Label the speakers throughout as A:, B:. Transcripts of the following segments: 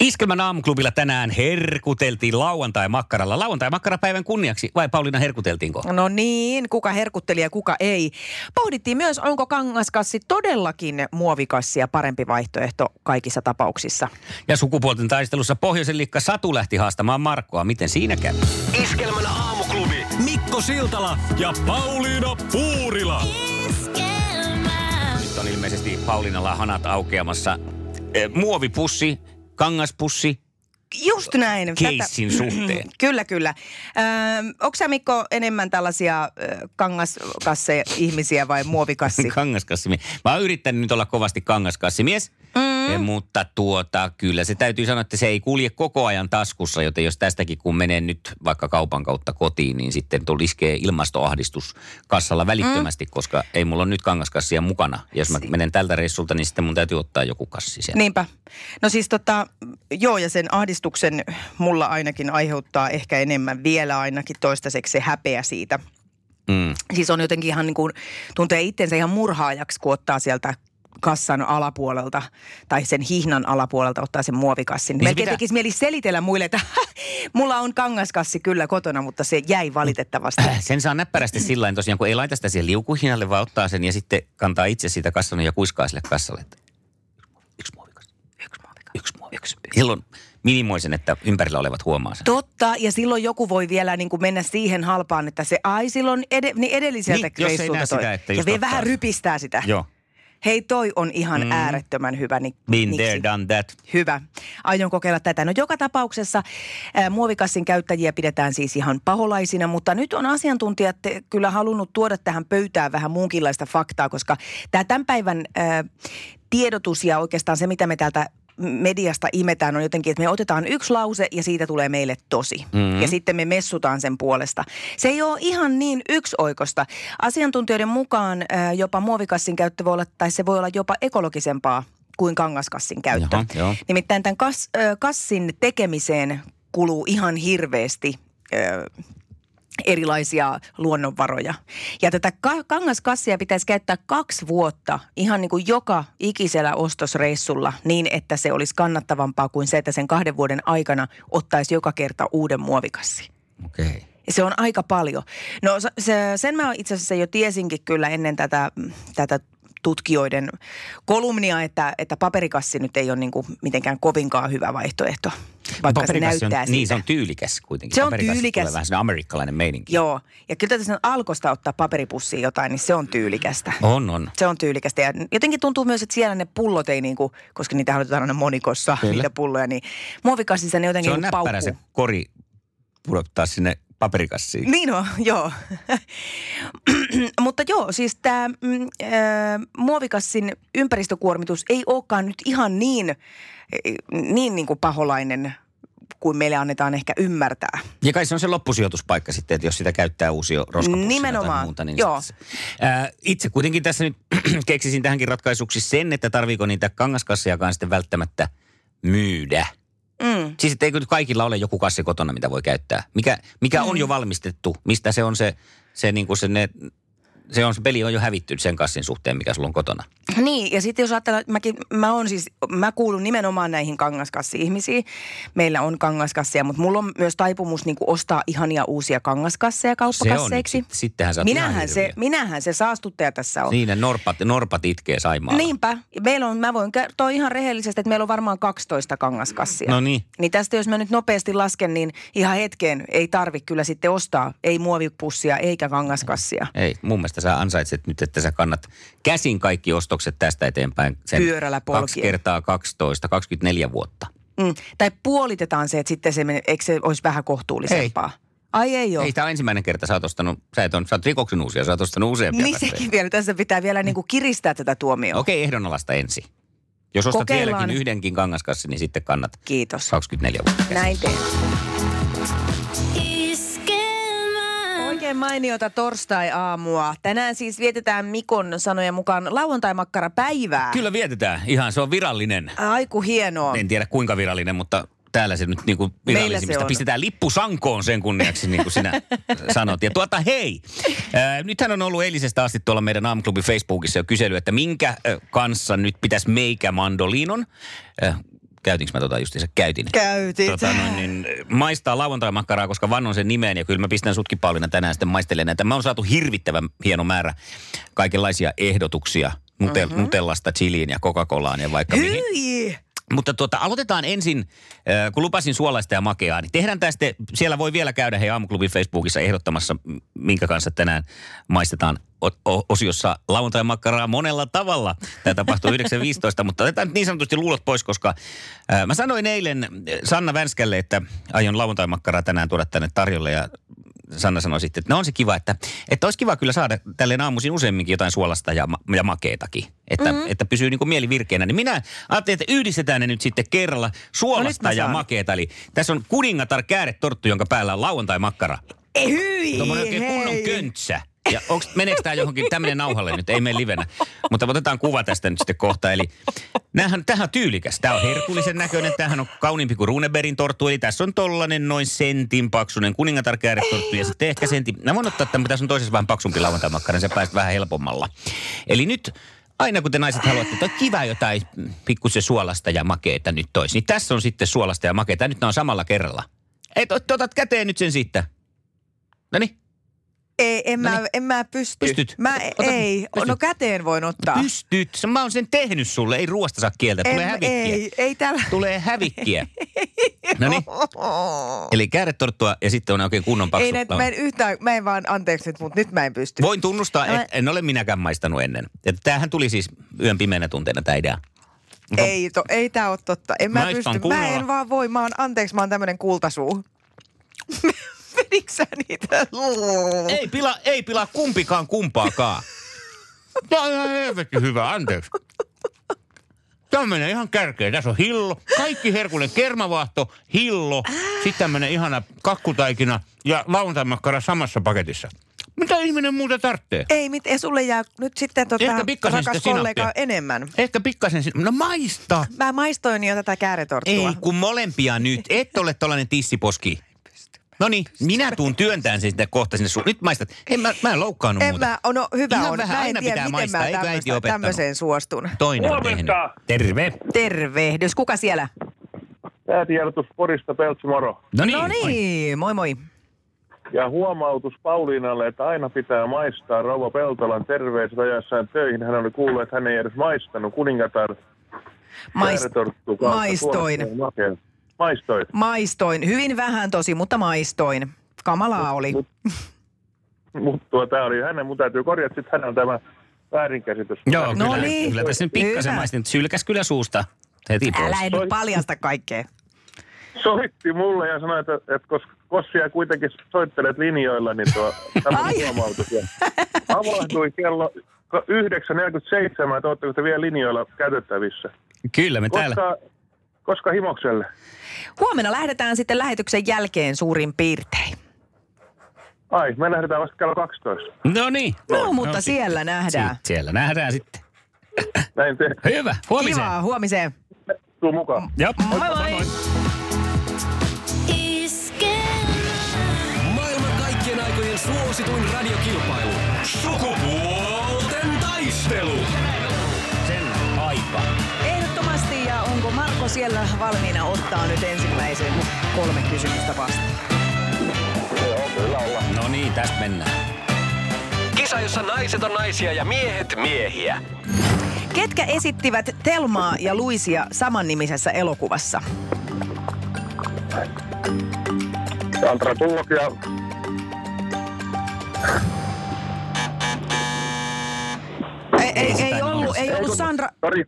A: Iskelmän aamuklubilla tänään herkuteltiin lauantai-makkaralla. Lauantai-makkarapäivän kunniaksi, vai Pauliina herkuteltiinko?
B: No niin, kuka herkutteli ja kuka ei. Pohdittiin myös, onko kangaskassi todellakin muovikassia parempi vaihtoehto kaikissa tapauksissa.
A: Ja sukupuolten taistelussa pohjoisen liikka Satu lähti haastamaan Markkoa. Miten siinä kävi?
C: Iskelmän aamuklubi. Mikko Siltala ja Pauliina Puurila.
A: Nyt on ilmeisesti Pauliinalla hanat aukeamassa. Eh, Muovipussi, kangaspussi,
B: Just näin.
A: keissin suhteen.
B: Kyllä, kyllä. Öö, Onko sä Mikko enemmän tällaisia ö, kangaskasse-ihmisiä vai muovikassi?
A: Kangaskassimi. Mä oon yrittänyt nyt olla kovasti kangaskassimies. Mm. Eh, mutta tuota, kyllä se täytyy sanoa, että se ei kulje koko ajan taskussa, joten jos tästäkin kun menee nyt vaikka kaupan kautta kotiin, niin sitten tuo iskee ilmastoahdistus kassalla välittömästi, mm. koska ei mulla ole nyt kangaskassia mukana. Ja Jos mä menen tältä reissulta, niin sitten mun täytyy ottaa joku kassi sieltä.
B: Niinpä. No siis tota, joo ja sen ahdistuksen mulla ainakin aiheuttaa ehkä enemmän vielä ainakin toistaiseksi se häpeä siitä.
A: Mm.
B: Siis on jotenkin ihan niin kuin, tuntee itsensä ihan murhaajaksi, kun ottaa sieltä kassan alapuolelta tai sen hihnan alapuolelta ottaa sen muovikassin.
A: Niin
B: Niin
A: se
B: Melkein
A: pitää-
B: tekisi mieli selitellä muille, että mulla on kangaskassi kyllä kotona, mutta se jäi valitettavasti.
A: Sen saa näppärästi sillä lailla tosiaan, kun ei laita sitä siihen liukuhinalle, vaan ottaa sen ja sitten kantaa itse siitä kassan ja kuiskaa sille kassalle. Että yksi muovikas. Yksi muovikas. Yksi muovikas. Silloin minimoisen, että ympärillä olevat huomaa sen.
B: Totta, ja silloin joku voi vielä niin kuin mennä siihen halpaan, että se ai silloin ed- niin edelliseltä
A: Niin, jos ei
B: reissulta
A: näe
B: toi.
A: sitä, että
B: ja
A: just
B: vielä
A: ottaa
B: vähän
A: sen.
B: rypistää sitä.
A: Joo.
B: Hei, toi on ihan mm. äärettömän hyvä. Niin,
A: Been there, done that.
B: Hyvä. Aion kokeilla tätä. No joka tapauksessa ää, muovikassin käyttäjiä pidetään siis ihan paholaisina, mutta nyt on asiantuntijat eh, kyllä halunnut tuoda tähän pöytään vähän muunkinlaista faktaa, koska tämä tämän päivän ää, tiedotus ja oikeastaan se, mitä me täältä mediasta imetään, on jotenkin, että me otetaan yksi lause ja siitä tulee meille tosi. Mm-hmm. Ja sitten me messutaan sen puolesta. Se ei ole ihan niin yksioikosta. Asiantuntijoiden mukaan ää, jopa muovikassin käyttö voi olla, tai se voi olla jopa ekologisempaa kuin kangaskassin käyttö.
A: Jaha, joo.
B: Nimittäin tämän kas, ö, kassin tekemiseen kuluu ihan hirveästi ö, erilaisia luonnonvaroja. Ja tätä ka- kangaskassia pitäisi käyttää kaksi vuotta ihan niin kuin joka ikisellä ostosreissulla niin, että se olisi kannattavampaa kuin se, että sen kahden vuoden aikana ottaisi joka kerta uuden muovikassi.
A: Okei. Okay.
B: Ja Se on aika paljon. No se- se, sen mä itse asiassa jo tiesinkin kyllä ennen tätä, tätä tutkijoiden kolumnia, että, että paperikassi nyt ei ole niin kuin mitenkään kovinkaan hyvä vaihtoehto, vaikka se näyttää
A: on,
B: siltä.
A: niin, se on tyylikäs kuitenkin.
B: Se on
A: Paperikassi
B: tyylikäs.
A: Tulee vähän sellainen amerikkalainen meininki.
B: Joo, ja kyllä tässä alkosta ottaa paperipussiin jotain, niin se on tyylikästä.
A: On, on.
B: Se on tyylikästä ja jotenkin tuntuu myös, että siellä ne pullot ei niin kuin, koska niitä halutaan aina monikossa,
A: Kyllä.
B: niitä pulloja, niin muovikassissa ne jotenkin
A: Se on
B: niin
A: näppärä se
B: paukkuu.
A: kori pudottaa sinne paperikassiin.
B: Niin on, joo. Mutta joo, siis tämä mm, äh, muovikassin ympäristökuormitus ei olekaan nyt ihan niin, eh, niin, niin kuin paholainen kuin meille annetaan ehkä ymmärtää.
A: Ja kai se on se loppusijoituspaikka sitten, että jos sitä käyttää uusio roskapussina tai
B: Nimenomaan,
A: muuta. Niin
B: joo.
A: sitten se- Ää, itse kuitenkin tässä nyt keksisin tähänkin ratkaisuksi sen, että tarviiko niitä kangaskassiakaan sitten välttämättä myydä.
B: Mm.
A: Siis että eikö nyt kaikilla ole joku kassi kotona, mitä voi käyttää? Mikä, mikä
B: Niin.
A: mm. on jo valmistettu? Mistä se on se, se, niin kuin se, ne, se, on, se peli on jo hävitty sen kassin suhteen, mikä sulla on kotona.
B: Niin, ja sitten jos ajatellaan, että mäkin, mä, on siis, mä kuulun nimenomaan näihin kangaskassi-ihmisiin. Meillä on kangaskasseja, mutta mulla on myös taipumus niin kuin ostaa ihania uusia kangaskasseja
A: Se on nyt,
B: kauppakasseiksi.
A: sit, sittenhän sä oot
B: minähän,
A: ihan
B: se,
A: hirviö.
B: minähän se saastuttaja tässä on.
A: Siinä norpat, norpat itkee Saimaalla.
B: Niinpä. Meillä on, mä voin kertoa ihan rehellisesti, että meillä on varmaan 12 kangaskassia.
A: No niin.
B: Niin tästä jos mä nyt nopeasti lasken, niin ihan hetkeen ei tarvi kyllä sitten ostaa, ei muovipussia eikä kangaskassia.
A: Ei, mun mielestä sä ansaitset nyt, että sä kannat käsin kaikki ostokset tästä eteenpäin. Sen
B: Pyörällä
A: Kaksi
B: polkien.
A: kertaa 12, 24 vuotta.
B: Mm. Tai puolitetaan se, että sitten se, menee- eikö se olisi vähän kohtuullisempaa? Ei. Ai ei ole.
A: Ei tämä ensimmäinen kerta, sä oot ostanut, sä et on, sä oot rikoksen uusia, sä oot ostanut useampia
B: Niin
A: kasseja.
B: niinku sekin vielä. Tässä pitää vielä niin kuin kiristää tätä tuomiota.
A: Okei, ehdonalaista ensin. Jos ostat
B: Kokeillaan.
A: vieläkin yhdenkin kangaskassin, niin sitten kannat
B: Kiitos.
A: 24 vuotta.
B: Näin teen.
D: Iskelmä.
B: Oikein mainiota torstai-aamua. Tänään siis vietetään Mikon sanojen mukaan lauantai-makkarapäivää.
A: Kyllä Niin. vietetään. Ihan se on virallinen.
B: Aiku hienoa.
A: En tiedä kuinka virallinen, mutta täällä se nyt niin kuin
B: Meillä se
A: virallisimmista.
B: on.
A: Pistetään lippu sankoon sen kunniaksi, niin kuin sinä sanot. Ja tuota hei, ää, nythän on ollut eilisestä asti tuolla meidän aamuklubin Facebookissa jo kysely, että minkä ö, kanssa nyt pitäisi meikä mandoliinon. Äh, käytinkö mä tota justiinsa? Käytin.
B: Käytit.
A: Tota, noin, niin, äh, maistaa lauantai-makkaraa, koska vannon sen nimeen ja kyllä mä pistän sutkin Pauliina tänään sitten maistelemaan näitä. Mä oon saatu hirvittävän hieno määrä kaikenlaisia ehdotuksia Nutel, mm-hmm. Nutellasta, chiliin ja Coca-Colaan ja vaikka mihin.
B: Hyi!
A: Mutta tuota, aloitetaan ensin, äh, kun lupasin suolaista ja makeaa, niin tehdään tästä, siellä voi vielä käydä hei aamuklubin Facebookissa ehdottamassa, m- minkä kanssa tänään maistetaan o- o- osiossa lauantai-makkaraa monella tavalla. Tämä tapahtuu 9.15, mutta otetaan nyt niin sanotusti luulot pois, koska äh, mä sanoin eilen äh, Sanna Vänskälle, että aion lauantai-makkaraa tänään tuoda tänne tarjolle ja Sanna sanoi sitten, että no on se kiva, että, että olisi kiva kyllä saada tälleen aamuisin useamminkin jotain suolasta ja, ma- ja makeetakin, että, mm-hmm. että pysyy niin kuin mieli virkeänä. Niin minä ajattelin, että yhdistetään ne nyt sitten kerralla suolasta
B: mä
A: no, ja
B: saan.
A: makeeta. Eli tässä on kuningatar kääretorttu, jonka päällä on lauantai-makkara.
B: Ei, hyi!
A: Tuommoinen oikein kunnon
B: hei.
A: köntsä. Ja onks, meneekö tämä johonkin tämmöinen nauhalle nyt? Ei mene livenä. Mutta otetaan kuva tästä nyt sitten kohta. Eli näähän, tämähän on tyylikäs. Tämä on herkullisen näköinen. Tämähän on kauniimpi kuin Runeberin torttu. Eli tässä on tollanen noin sentin paksunen kuningatarkääretorttu. Ja sitten ehkä sentin. Mä voin ottaa tämän, tässä on toisessa vähän paksumpi lauantaimakkara. niin Sä pääset vähän helpommalla. Eli nyt aina kun te naiset haluatte, että on kiva jotain pikkusen suolasta ja makeeta nyt tois. Niin tässä on sitten suolasta ja makeeta. Nyt nämä on samalla kerralla. Et, ot- otat käteen nyt sen siitä. No niin.
B: Ei, en, mä, en mä pysty.
A: Pystyt.
B: Mä
A: Ota-
B: ei.
A: pystyt.
B: No käteen voin ottaa.
A: Pystyt. Mä oon sen tehnyt sulle. Ei ruoasta saa kieltä. Tulee
B: En-
A: hävikkiä.
B: ei, ei tällä.
A: Tulee hävikkiä. no niin. Eli kääretorttua ja sitten on oikein kunnon paksu.
B: Ei näin,
A: lauma.
B: mä en yhtään, mä en vaan, anteeksi nyt, mutta nyt mä en pysty.
A: Voin tunnustaa,
B: Mä-
A: että en ole minäkään maistanut ennen. Että tämähän tuli siis yön pimeänä tunteena tämä idea.
B: Ei, to, ei tää ole totta. En mä
A: Naista on
B: pysty. Mä
A: kunnolla.
B: en vaan voi. Mä oon, anteeksi, mä oon tämmönen kultasuu. Menitkö sä niitä?
A: Ei pila, ei pila kumpikaan kumpaakaan. Tämä on ihan helvetin hyvä, anteeksi. Tämä menee ihan kärkeen. Tässä on hillo, kaikki herkullinen kermavaahto, hillo, sitten tämmöinen ihana kakkutaikina ja lauantaimakkara samassa paketissa. Mitä ihminen muuta tarvitsee?
B: Ei mit, ei, sulle jää nyt sitten tota,
A: Ehkä pikkasen
B: rakas
A: sitä sinappia.
B: kollega enemmän.
A: Ehkä pikkasen, sin- no maista.
B: Mä maistoin jo tätä kääretorttua.
A: Ei, kun molempia nyt. Et ole tollanen tissiposki. No niin, minä tuun työntään sen sitä kohta sinne suun. Nyt maistat. En mä, mä en loukkaannut
B: en
A: muuta.
B: mä, oh, no hyvä
A: Ihan
B: on.
A: vähän
B: mä en
A: aina
B: tiedä,
A: pitää
B: miten
A: maistaa,
B: mä
A: eikö äiti
B: tämmöstä-
A: opettanut?
B: tämmöiseen suostun.
A: Toinen on tehnyt.
E: Huomenta.
A: Terve.
B: Tervehdys. Kuka siellä?
E: Säätiedotus Porista Peltsumoro.
A: No niin.
B: No niin, moi moi.
E: Ja huomautus Pauliinalle, että aina pitää maistaa Rouva Peltolan terveiset ajassaan töihin. Hän oli kuullut, että hän ei edes maistanut kuningatar
B: Maist,
E: kääretorttu kautta
B: maistoin.
E: suolasta ja makeaa. Maistoit.
B: Maistoin. Hyvin vähän tosi, mutta maistoin. Kamalaa oli.
E: Mut- Mutta tuota oli hänen, mun täytyy korjata, sitten hänellä tämä väärinkäsitys.
A: Joo,
B: No
A: kyllä,
B: niin.
A: kyllä tässä nyt pikkasen
B: Hyvä.
A: maistin. Sylkäs kyllä suusta heti pois.
B: Älä nyt paljasta kaikkea.
E: Soitti mulle ja sanoi, että, että koska Kossia kuitenkin soittelet linjoilla, niin tuo tämä
B: Ai.
E: huomautus. Ja avautui kello 9.47, että ootteko te vielä linjoilla käytettävissä?
A: Kyllä me täällä.
E: Koska, koska himokselle?
B: Huomenna lähdetään sitten lähetyksen jälkeen suurin piirtein.
E: Ai, me lähdetään vasta kello 12.
A: No niin.
B: No, mutta
A: sit-
B: siellä nähdään.
A: sit siellä nähdään sitten.
E: Näin te.
A: Hyvä, huomiseen.
B: Kivaa, huomiseen.
E: Tuu mukaan.
A: Jop.
B: Moi moi.
D: Iskelmä.
C: Maailman kaikkien aikojen suosituin radiokilpailu. Sukupuolten taistelu.
A: Sen aika.
B: Ehdottomasti ja onko Marko siellä valmiina ottaa nyt ensimmäisen kolme kysymystä vastaan?
A: No niin, tästä mennään.
C: Kisa, jossa naiset on naisia ja miehet miehiä.
B: Ketkä esittivät Telmaa ja Luisia samannimisessä elokuvassa?
E: Sandra Tullok ja
B: Ei, ei, ei
A: sitä
B: ollut,
A: muista.
B: ei ollut Sandra.
E: Tori.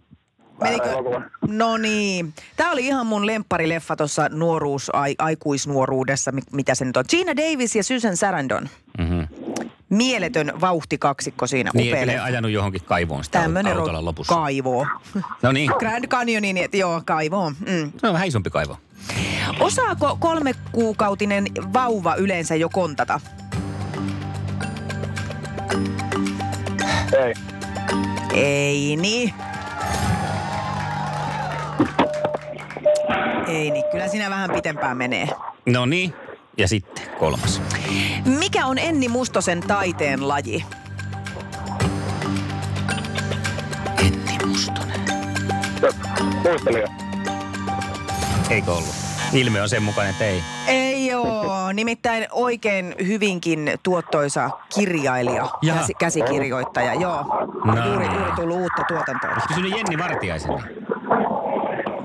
B: Menikö?
E: Ää, elokuva.
B: No niin. Tämä oli ihan mun lempparileffa tuossa nuoruus, ai, aikuisnuoruudessa, mi- mitä se nyt on. Gina Davis ja Susan Sarandon.
A: Mm-hmm.
B: Mieletön vauhtikaksikko siinä
A: Niin, eikö ne
B: upealle.
A: ajanut johonkin kaivoon sitä Tämmönen
B: Tämmöinen
A: autolla
B: on
A: lopussa?
B: kaivo.
A: no niin,
B: Grand Canyonin, et- joo, kaivo. Mm.
A: se on vähän isompi kaivo.
B: Osaako kolmekuukautinen vauva yleensä jo kontata?
E: Ei.
B: Ei niin. Ei niin, kyllä sinä vähän pitempään menee.
A: No niin, ja sitten kolmas.
B: Mikä on Enni Mustosen taiteen laji? Enni Mustonen.
E: Muistelija.
A: Eikö ollut? Ilme on sen mukainen, että ei.
B: Ei oo, nimittäin oikein hyvinkin tuottoisa kirjailija,
A: Jaha.
B: käsi, käsikirjoittaja, joo.
A: No
B: Juuri,
A: niin.
B: juuri tullut uutta tuotantoa.
A: Kysynyt Jenni Vartiaisen.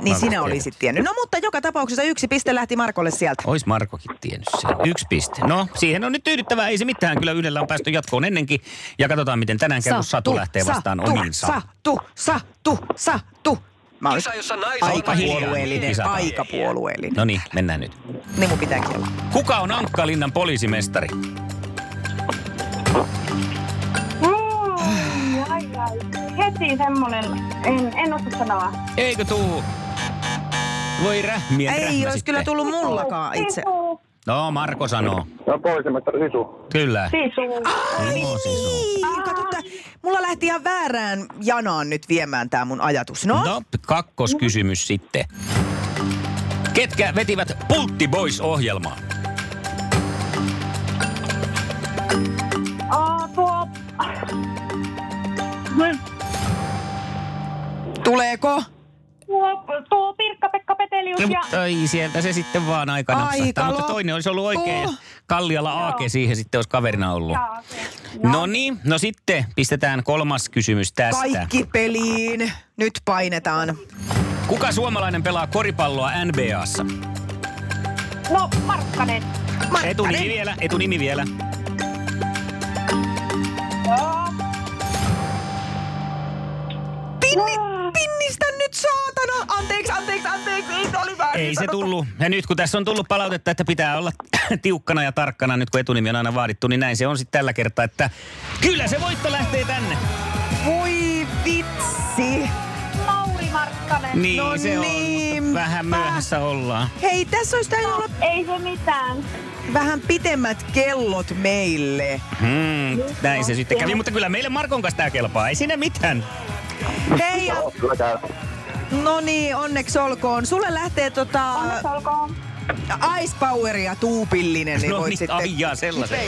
B: Niin
A: Mä
B: sinä
A: en
B: olisit tiennyt. No mutta joka tapauksessa yksi piste lähti Markolle sieltä.
A: Ois Markokin tiennyt sen. Yksi piste. No, siihen on nyt tyydyttävää. Ei se mitään. Kyllä yhdellä on päästy jatkoon ennenkin. Ja katsotaan, miten tänään kerran Satu lähtee vastaan No niin,
B: satu,
A: omiinsa.
B: Satu, satu, satu. Mä olin
C: Kisa, jossa naiset
B: aika
C: on
A: hiljaa.
B: puolueellinen,
A: Kisataan.
B: aika puolueellinen.
A: No niin, mennään nyt.
B: Niin mun pitääkin olla.
A: Kuka on Ankkalinnan poliisimestari?
F: Ai, ai. Heti semmonen, en, en osaa sanoa.
A: Eikö tuu? Voi rähmiä,
B: Ei
A: rähmä
B: olisi
A: sitten.
B: kyllä tullut mullakaan itse.
F: Sisu,
A: No, Marko sanoo.
E: No poliisimestari Sisu.
A: Kyllä.
F: sisu.
A: No, siis on.
B: Niin, kato, tää- mulla lähti ihan väärään janaan nyt viemään tämä mun ajatus. No,
A: No, kakkoskysymys sitten. Ketkä vetivät Pultti Boys-ohjelmaa?
F: Aa, tuo...
B: tuleeko?
F: Tuo, tuo Pirkka-Pekka Petelius
A: No,
F: ja...
A: mutta ei, sieltä se sitten vaan aika
B: Aika
A: napsahtaa. Mutta
B: loppuu.
A: toinen olisi ollut oikein. Kalliala Aake siihen sitten olisi kaverina ollut.
F: Jaa, se-
A: No niin, no sitten pistetään kolmas kysymys tästä.
B: Kaikki peliin. Nyt painetaan.
A: Kuka suomalainen pelaa koripalloa NBAssa?
F: No, Markkanen.
A: Etunimi vielä, etunimi vielä.
F: Joo.
B: Pinni, pinnistä nyt saatana! Anteeksi, anteeksi, anteeksi. Ei, oli väärin
A: Ei se
B: sanottu.
A: tullut. Ja nyt kun tässä on tullut palautetta, että pitää olla tiukkana ja tarkkana, nyt kun etunimi on aina vaadittu, niin näin se on sitten tällä kertaa, että kyllä se voitto lähtee tänne.
B: Voi vitsi.
F: Lauri Markkanen.
A: Niin
B: No
A: se on.
B: niinpä.
A: Vähän myöhässä ollaan.
B: Hei, tässä olisi täytynyt olla
F: No, Ei se mitään.
B: vähän pitemmät kellot meille.
A: Hmm, näin se sitten kävi, mutta kyllä meille Markon kanssa tämä kelpaa. Ei siinä mitään.
B: Hei, ja-
E: Kyllä käy.
B: no niin, onneksi olkoon. Sulle lähtee tota
F: Onneksi olkoon.
B: Ice Poweria tuupillinen, niin
A: no
B: voit
A: niin,
B: sitten...
A: aijaa sellaisen.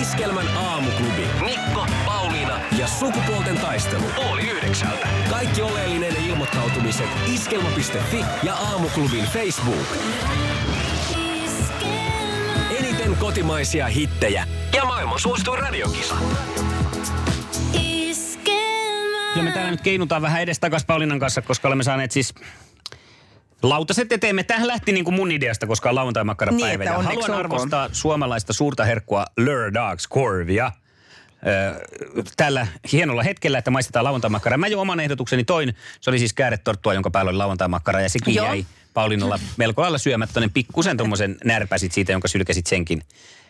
G: Iskelmän aamuklubi
C: Mikko, Pauliina
G: ja sukupuolten taistelu.
C: oli yhdeksältä.
G: Kaikki oleellinen ilmoittautumiset iskelma.fi ja aamuklubin Facebook. Eniten kotimaisia hittejä.
C: Ja maailman suosituin radiokisa.
A: Kyllä me täällä nyt keinutaan vähän edestakas Paulinan kanssa, koska olemme saaneet siis lautaset eteemme. Tähän lähti niin kuin mun ideasta, koska on
B: Niin,
A: lauantai-makkarapäivä.
B: että
A: Ja Haluan
B: onneksi olkoon.
A: arvostaa suomalaista suurta herkkua Lure Dogs Corvia. Öö, tällä hienolla hetkellä, että maistetaan lauantai-makkaraa. Mä jo oman ehdotukseni toin. Se oli siis kääretorttua, jonka päällä oli lauantai-makkara ja sekin
B: Joo.
A: jäi Paulinalla melko lailla syömättä. Niin pikkusen tuommoisen närpäsit siitä, jonka sylkäsit senkin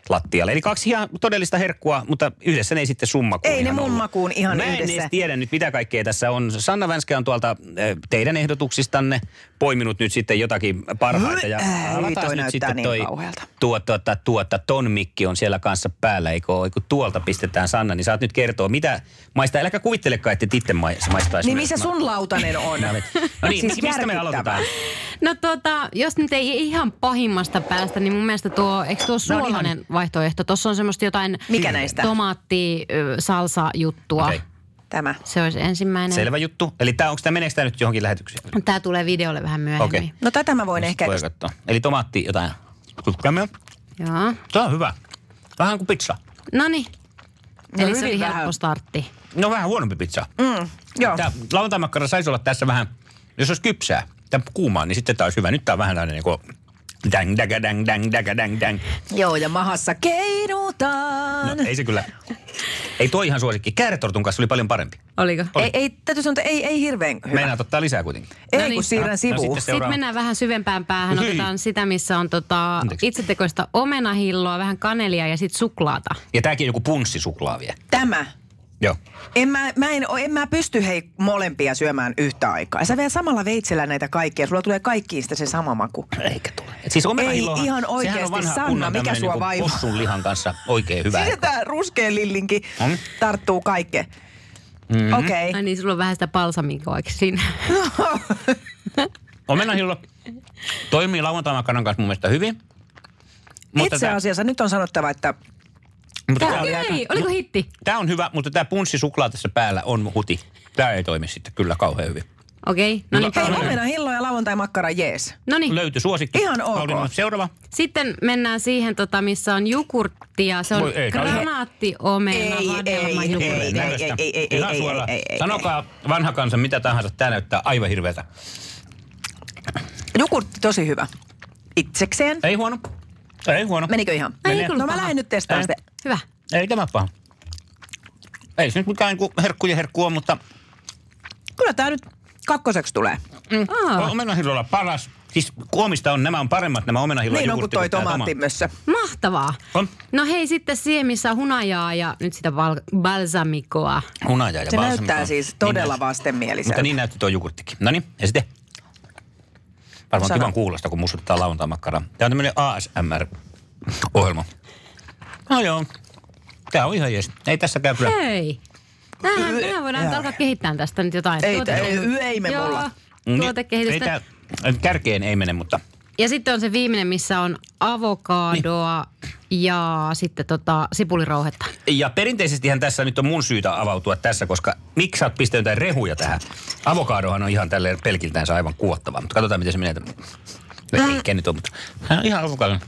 A: lattialle. Eli kaksi ihan todellista herkkua, mutta yhdessä ne ei sitten summa
B: Ei ne mun makuun ihan
A: Mä en
B: No niin, yhdessä.
A: edes tiedä nyt, mitä kaikkea tässä on. Sanna Vänskä on tuolta eh, teidän ehdotuksistanne poiminut nyt sitten jotakin parhaita. Ja
B: Äh,
A: avataan
B: ei, toi
A: nyt
B: näyttää
A: sitten
B: niin kauhealta.
A: Tuo, tuota, tuota, ton mikki on siellä kanssa päällä, eikö ole? Kun tuolta pistetään Sanna, niin saat nyt kertoa, mitä maistaa. Äläkä kuvittelekaan, että itse mais- maistaisi.
B: Niin
A: myös.
B: missä
A: Mä-
B: sun lautanen on?
A: No niin,
B: Siis
A: mistä me
B: järkyttävää.
A: aloitetaan?
H: No tota, jos nyt ei ihan pahimmasta päästä, niin mun mielestä tuo, eikö tuo
A: No niin,
H: suolainen
A: ihan-
H: vaihtoehto, tuossa on semmoista jotain
B: Mikä näistä?
H: tomaatti, ö, salsa juttua.
A: Okei.
B: Tämä.
H: Se olisi ensimmäinen.
A: Selvä juttu. Eli tää, onko tämä, meneekö tämä nyt johonkin lähetykseen?
H: Tämä tulee videolle vähän myöhemmin.
A: Okei.
B: No tätä mä voin ehkä...
A: Voi katsoa. Eli tomaatti jotain. Tutkamme.
H: Joo.
A: Tämä on hyvä. Vähän kuin pizza.
H: No niin.
B: No
H: Eli se
B: hyvin
H: oli
B: vähän.
H: helppo startti.
A: No vähän huonompi pizza.
B: Mm, joo.
A: Tämä lauantaimakkara saisi olla tässä vähän, jos olisi kypsää, tämä kuumaa, niin sitten tämä olisi hyvä. Nyt tämä on vähän tällainen niin dang, daga, dang, dang, daga, dang, dang.
B: Joo, ja mahassa keinutaan.
A: No, ei se kyllä. Ei tuo ihan suosikki. Kääretortun kanssa oli paljon parempi.
H: Oliko?
B: Ei, ei, täytyy sanoa, että ei, ei hirveän hyvä.
A: Meinaat ottaa lisää kuitenkin.
B: Ei,
H: No
B: kun
H: niin.
B: siirrän
A: No, no
B: sivuun.
A: sitten
H: Sitten
A: Seuraava.
H: mennään vähän syvempään päähän.
A: Hyi.
H: Otetaan sitä, missä on tota
A: Anteeksi.
H: itsetekoista omenahilloa, vähän kanelia ja sitten suklaata.
A: Ja tämäkin on joku punssisuklaa vielä.
B: Tämä.
A: Joo.
B: En mä, mä en, en mä pysty hei molempia syömään yhtä aikaa. Sä vielä samalla veitsellä näitä kaikkia. Sulla tulee kaikkiin sitä se sama maku.
A: Eikä tule. Et siis omenahillohan,
B: Ei, ihan
A: sehän on
B: oikeesti,
A: vanha
B: Sanna,
A: kunnon
B: mikä
A: tämmöinen
B: sua
A: niinku
B: vaivaa?
A: Possun lihan kanssa oikein hyvä.
B: Siis tämä ruskea lillinki
A: Mm.
B: tarttuu kaikkeen. Mm-hmm. Okei.
H: Ai
B: Okay.
H: niin, sulla on vähän sitä palsamikoiksi siinä.
A: Omenahillo toimii lauantaimakanan kanssa mun mielestä hyvin.
B: Itse asiassa nyt on sanottava, että
A: mutta
H: Tää,
A: tää, on-
H: ei, oliko hitti?
A: tää on hyvä, mutta tämä punssisuklaa tässä päällä on huti. Tämä ei toimi sitten kyllä kauhean hyvin.
H: Okei, okay. no niin.
B: hei,
H: Pauliina.
B: omena, hillo ja lauantai makkara, jees.
H: No niin,
A: Löytyi suosikki.
B: Ihan ok.
A: Pauliina, seuraava.
H: sitten mennään siihen, tota, missä on jukurttia. Se
A: Voi
H: on
A: ei, tää on-
H: granaattiomena,
B: Ei,
H: vadelma,
B: ei,
H: jukurtti.
B: ei,
A: näköistä.
B: ei, ei, ei,
A: Ihan
B: ei,
A: suoraan.
B: ei, ei, ei,
A: Sanokaa vanha kansa mitä tahansa, tämä näyttää aivan hirveältä.
B: Jukurtti tosi hyvä. Itsekseen.
A: Ei huono. Ei huono.
B: Menikö ihan?
H: Ei Meni. kyllä
B: No mä
H: paha.
B: lähden nyt testaan
A: Ei.
B: sitä.
H: Hyvä.
A: Ei tämä paha. Ei se nyt mikään niinku herkkujen herkku on, mutta
B: Kyllä tää nyt kakkoseksi tulee.
A: oh.
H: Aa,
A: omenahillolla paras. Siis kuomista on, nämä on paremmat nämä omenahillolla
B: niin on kuin toi tomaattimössö.
H: mahtavaa.
A: On.
H: No hei, sitten siihen, missä on hunajaa ja nyt sitä val- balsamikoa.
A: Hunaja ja
B: Se
A: balsamikoa.
B: näyttää siis
A: niin
B: todella
A: näyttää.
B: vastenmieliseltä.
A: Mutta niin näytti tuo jogurttikin. No niin, ja sitten. Varmaan
B: Sano.
A: kivan kuulosta, kun mussuttaa lauantaimakkaraa. Tämä on tämmöinen ASMR-ohjelma. No joo. Tämä on ihan jees. Ei tässä käy kyllä.
H: Hei. Tämähän,
B: Yö-
H: tämähän voidaan
B: jaa.
H: alkaa kehittää tästä nyt jotain.
B: Ei,
H: Tuote-
B: ei, yö ei me
H: Joo,
B: mulla.
A: Ei Mm.
H: tuotekehitystä.
A: tää, äh, kärkeen ei mene, mutta
H: Ja sitten on se viimeinen, missä on avokadoa
A: Niin.
H: ja sitten tota sipulirauhetta.
A: Ja perinteisestihän tässä nyt on mun syytä avautua tässä, koska miksi sä oot pistänyt jotain rehuja tähän? Avokadohan on ihan tälleen pelkiltään se aivan kuottava, mutta katsotaan miten se menee. tämän- No,
H: Äh.
A: Ei kennyt ole, mutta hän on ihan avokadon.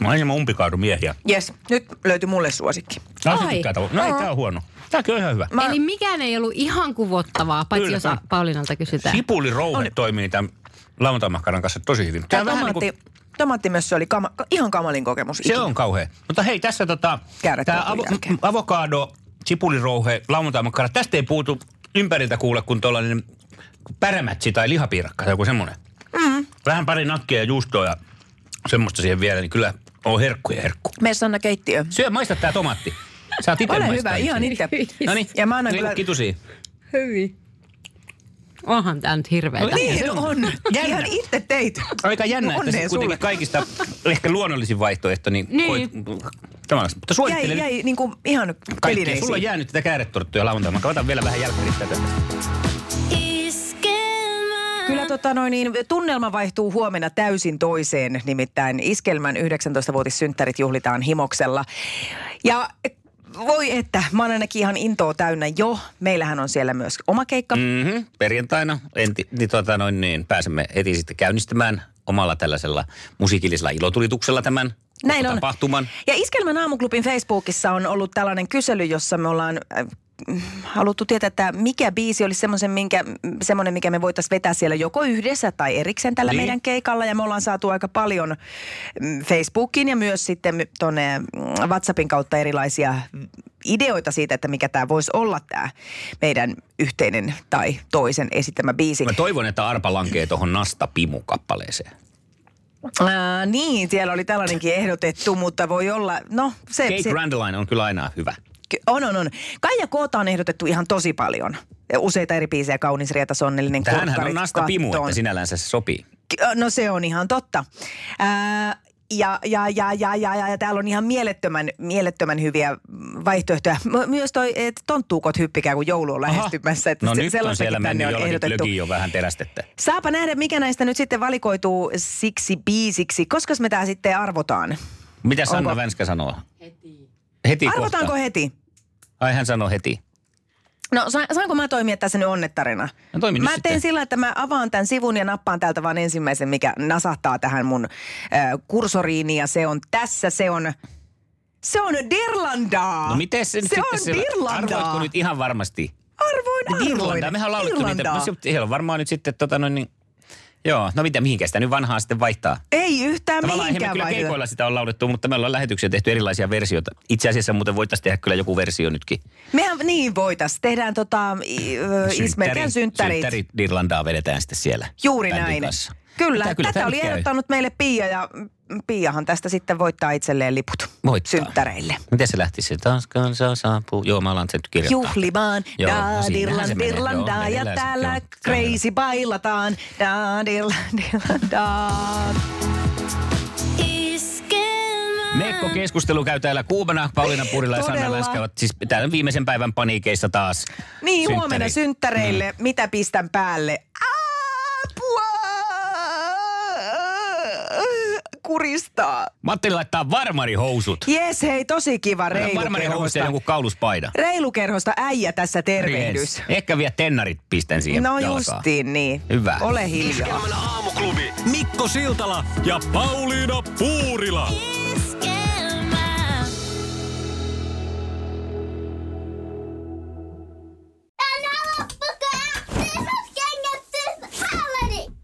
A: Mä oon enemmän umpikaadumiehiä.
B: Jes, nyt löytyi mulle suosikki.
A: Tää on se
H: Ai.
A: tykkää tavo- No ei, tää on huono. Tää on ihan hyvä.
H: Mä... Eli mikään ei ollut ihan kuvottavaa, paitsi
A: Kyllä,
H: jos
A: on.
H: Paulinalta kysytään.
A: Sipulirouhe toimii tämän lauantaimahkaran kanssa tosi hyvin.
B: Tämä
A: on vähän niin
B: tomaatti,
A: kuin-
B: tomaattimössö oli kama, ihan kamalin kokemus.
A: Se on kauhea. Mutta hei, tässä tota,
B: Käydä
A: tämä
B: tuon jälkeen.
A: avo- avokaado, sipulirouhe, lauantaamakkara, tästä ei puutu ympäriltä kuule kuin tuollainen pärämätsi tai lihapiirakka tai joku semmoinen.
B: Mm-hmm.
A: Mm. Vähän pari nakkia ja juustoa ja semmoista siihen vielä, niin kyllä on herkku ja herkku.
B: Mene Sanna keittiö.
A: Syö, maista tää tomaatti. Saat itse
B: Ole
A: maistaa
B: hyvä, ihan itse.
A: No niin,
B: Ja mä annan kyllä-
A: kitusia.
H: Hyvin. Onhan tämä nyt
A: No
H: hirveetä.
A: niin.
B: Niin on.
A: Jännä.
B: Ihan itse teit.
A: Aika jännä, että se
B: No Onnea
A: kuitenkin
B: sulle.
A: kaikista ehkä luonnollisin vaihtoehto, niin,
H: Niin.
A: voit... Tavallaan. Mutta suosittelen
B: Jäi,
A: nyt
B: jäi niin kuin ihan
A: kaikkea. Sulla on
B: pelineisiin.
A: jäänyt tätä kääretorttuja lauantaina. Mä otan vielä vähän jälkkäriä tätä.
D: Iskelmää.
B: Kyllä tota noin, niin tunnelma vaihtuu huomenna täysin toiseen, nimittäin Iskelmän 19-vuotissynttärit juhlitaan himoksella. Ja voi että, mä oon ainakin ihan intoa täynnä jo. Meillähän on siellä myös oma keikka. Mm.
A: Mm-hmm. Perjantaina enti, niin, tota, noin, niin, pääsemme heti sitten käynnistämään omalla tällaisella musiikillisella ilotulituksella tämän
B: Näin on.
A: tapahtuman.
B: Ja Iskelmän aamuklubin Facebookissa on ollut tällainen kysely, jossa me ollaan äh, haluttu tietää, että mikä biisi olisi semmoisen, minkä, semmoinen, mikä me voitaisiin vetää siellä joko yhdessä tai erikseen tällä
A: Niin.
B: niin. meidän keikalla. Ja me ollaan saatu aika paljon mm, Facebookiin ja myös sitten tuonne mm, WhatsAppin kautta erilaisia mm, ideoita siitä, että mikä tämä voisi olla tämä meidän yhteinen tai toisen esittämä biisi.
A: Mä toivon, että arpa lankee tuohon Nasta Pimu-kappaleeseen.
B: Ää, niin, siellä oli tällainenkin ehdotettu, mutta voi olla, no se,
A: Kate
B: se
A: Grandeline on kyllä aina hyvä.
B: Ky- On, on, on. Kaija Koota on ehdotettu ihan tosi paljon. Useita eri biisejä, Kaunis Rieta Sonnellinen,
A: Tähänhän on
B: Kurkkarit
A: Nasta Pimu,
B: kattoon.
A: että sinällänsä se sopii.
B: Ky- No se on ihan totta. Ää, ja, ja, ja, ja, ja, ja, ja täällä on ihan mielettömän, mielettömän hyviä vaihtoehtoja. M- Myös toi, että tonttuukot hyppikää, kun joulu on lähestymässä. Että
A: No
B: se-
A: nyt on
B: sellaistakin
A: siellä
B: tänne
A: mennyt
B: on
A: jollakin
B: ehdotettu.
A: glögiin jo vähän terästettä.
B: Saapa nähdä, mikä näistä nyt sitten valikoituu siksi biisiksi. Koska me tämä sitten arvotaan?
A: Mitä Sanna
B: Onko-
A: Vänskä sanoo? Heti. Heti
B: Arvotaanko
A: kohta.
B: heti?
A: Ai hän sanoo heti.
B: No sa- saanko mä toimia tässä nyt onnettarina?
A: No toimi nyt
B: mä
A: sitten.
B: teen sillä, että mä avaan tämän sivun ja nappaan täältä vaan ensimmäisen, mikä nasahtaa tähän mun äh, kursoriini ja se on tässä, se on... Se on Dirlandaa!
A: No miten se nyt
B: Ah. Se
A: sitten
B: on
A: siellä-
B: Dirlandaa!
A: Arvoatko nyt ihan varmasti?
B: Arvoin, arvoin.
A: Irlantaa. Mehän on laulettu niitä.
B: Irlandaa.
A: No, se, heillä on varmaan nyt sitten tota noin, niin, joo, no mitä, mihinkä sitä nyt vanhaa sitten vaihtaa?
B: Ei yhtään yhtään
A: Tavallaan eihän me
B: mihinkään
A: kyllä
B: vaihdu.
A: keikoilla sitä on laulettu, mutta me ollaan lähetyksiä tehty erilaisia versioita. Itse asiassa muuten voitaisiin tehdä kyllä joku versio nytkin.
B: Mehän niin voitais. Tehdään tota, i-
A: No
B: ö, Ismerkän synttärit.
A: Synttärit Irlandaa vedetään sitten siellä.
B: Juuri
A: bändin
B: näin.
A: kanssa.
B: Kyllä,
A: Mitä
B: kyllä, tätä
A: tää
B: oli
A: nyt käy?
B: ehdottanut meille Pia ja mm, Piahan tästä sitten voittaa itselleen liput
A: Voittaa.
B: synttäreille.
A: Miten se lähti se Tanskan saa saapuu? Joo, mä alan sen kirjoittaa.
B: Juhlimaan,
A: Joo, no siinähän
B: da
A: se
B: dirlan
A: menee.
B: dirlandaa
A: Joo,
B: ja
A: meneillään se,
B: täällä
A: joo.
B: crazy bailataan, Niin, da dirlan dirlandaa.
D: Iskelmää.
A: Mekko keskustelu käy täällä kuumana. Pauliina Purila ja Sanna
B: Todella.
A: Länskä ovat siis täällä viimeisen päivän paniikeissa taas.
B: Niin,
A: Synttäri.
B: huomenna synttäreille,
A: Mm.
B: mitä pistän päälle? Apua! Kuristaa.
A: Matti laittaa varmarihousut.
B: Jes, hei, tosi kiva
A: Varmarihousut ja
B: reilukerhosta.
A: joku kauluspaida.
B: Reilukerhosta äijä tässä tervehdys.
A: Yes. Ehkä vielä tennarit pistän siihen
B: No
A: jalkaan.
B: justiin niin.
A: Hyvä.
B: Ole hiljaa.
G: Aamuklubi. Mikko Siltala ja Pauliina Puurila.
D: Iskelmää. Tänään loppu kää. Se on kengät tyhjät. Hallari.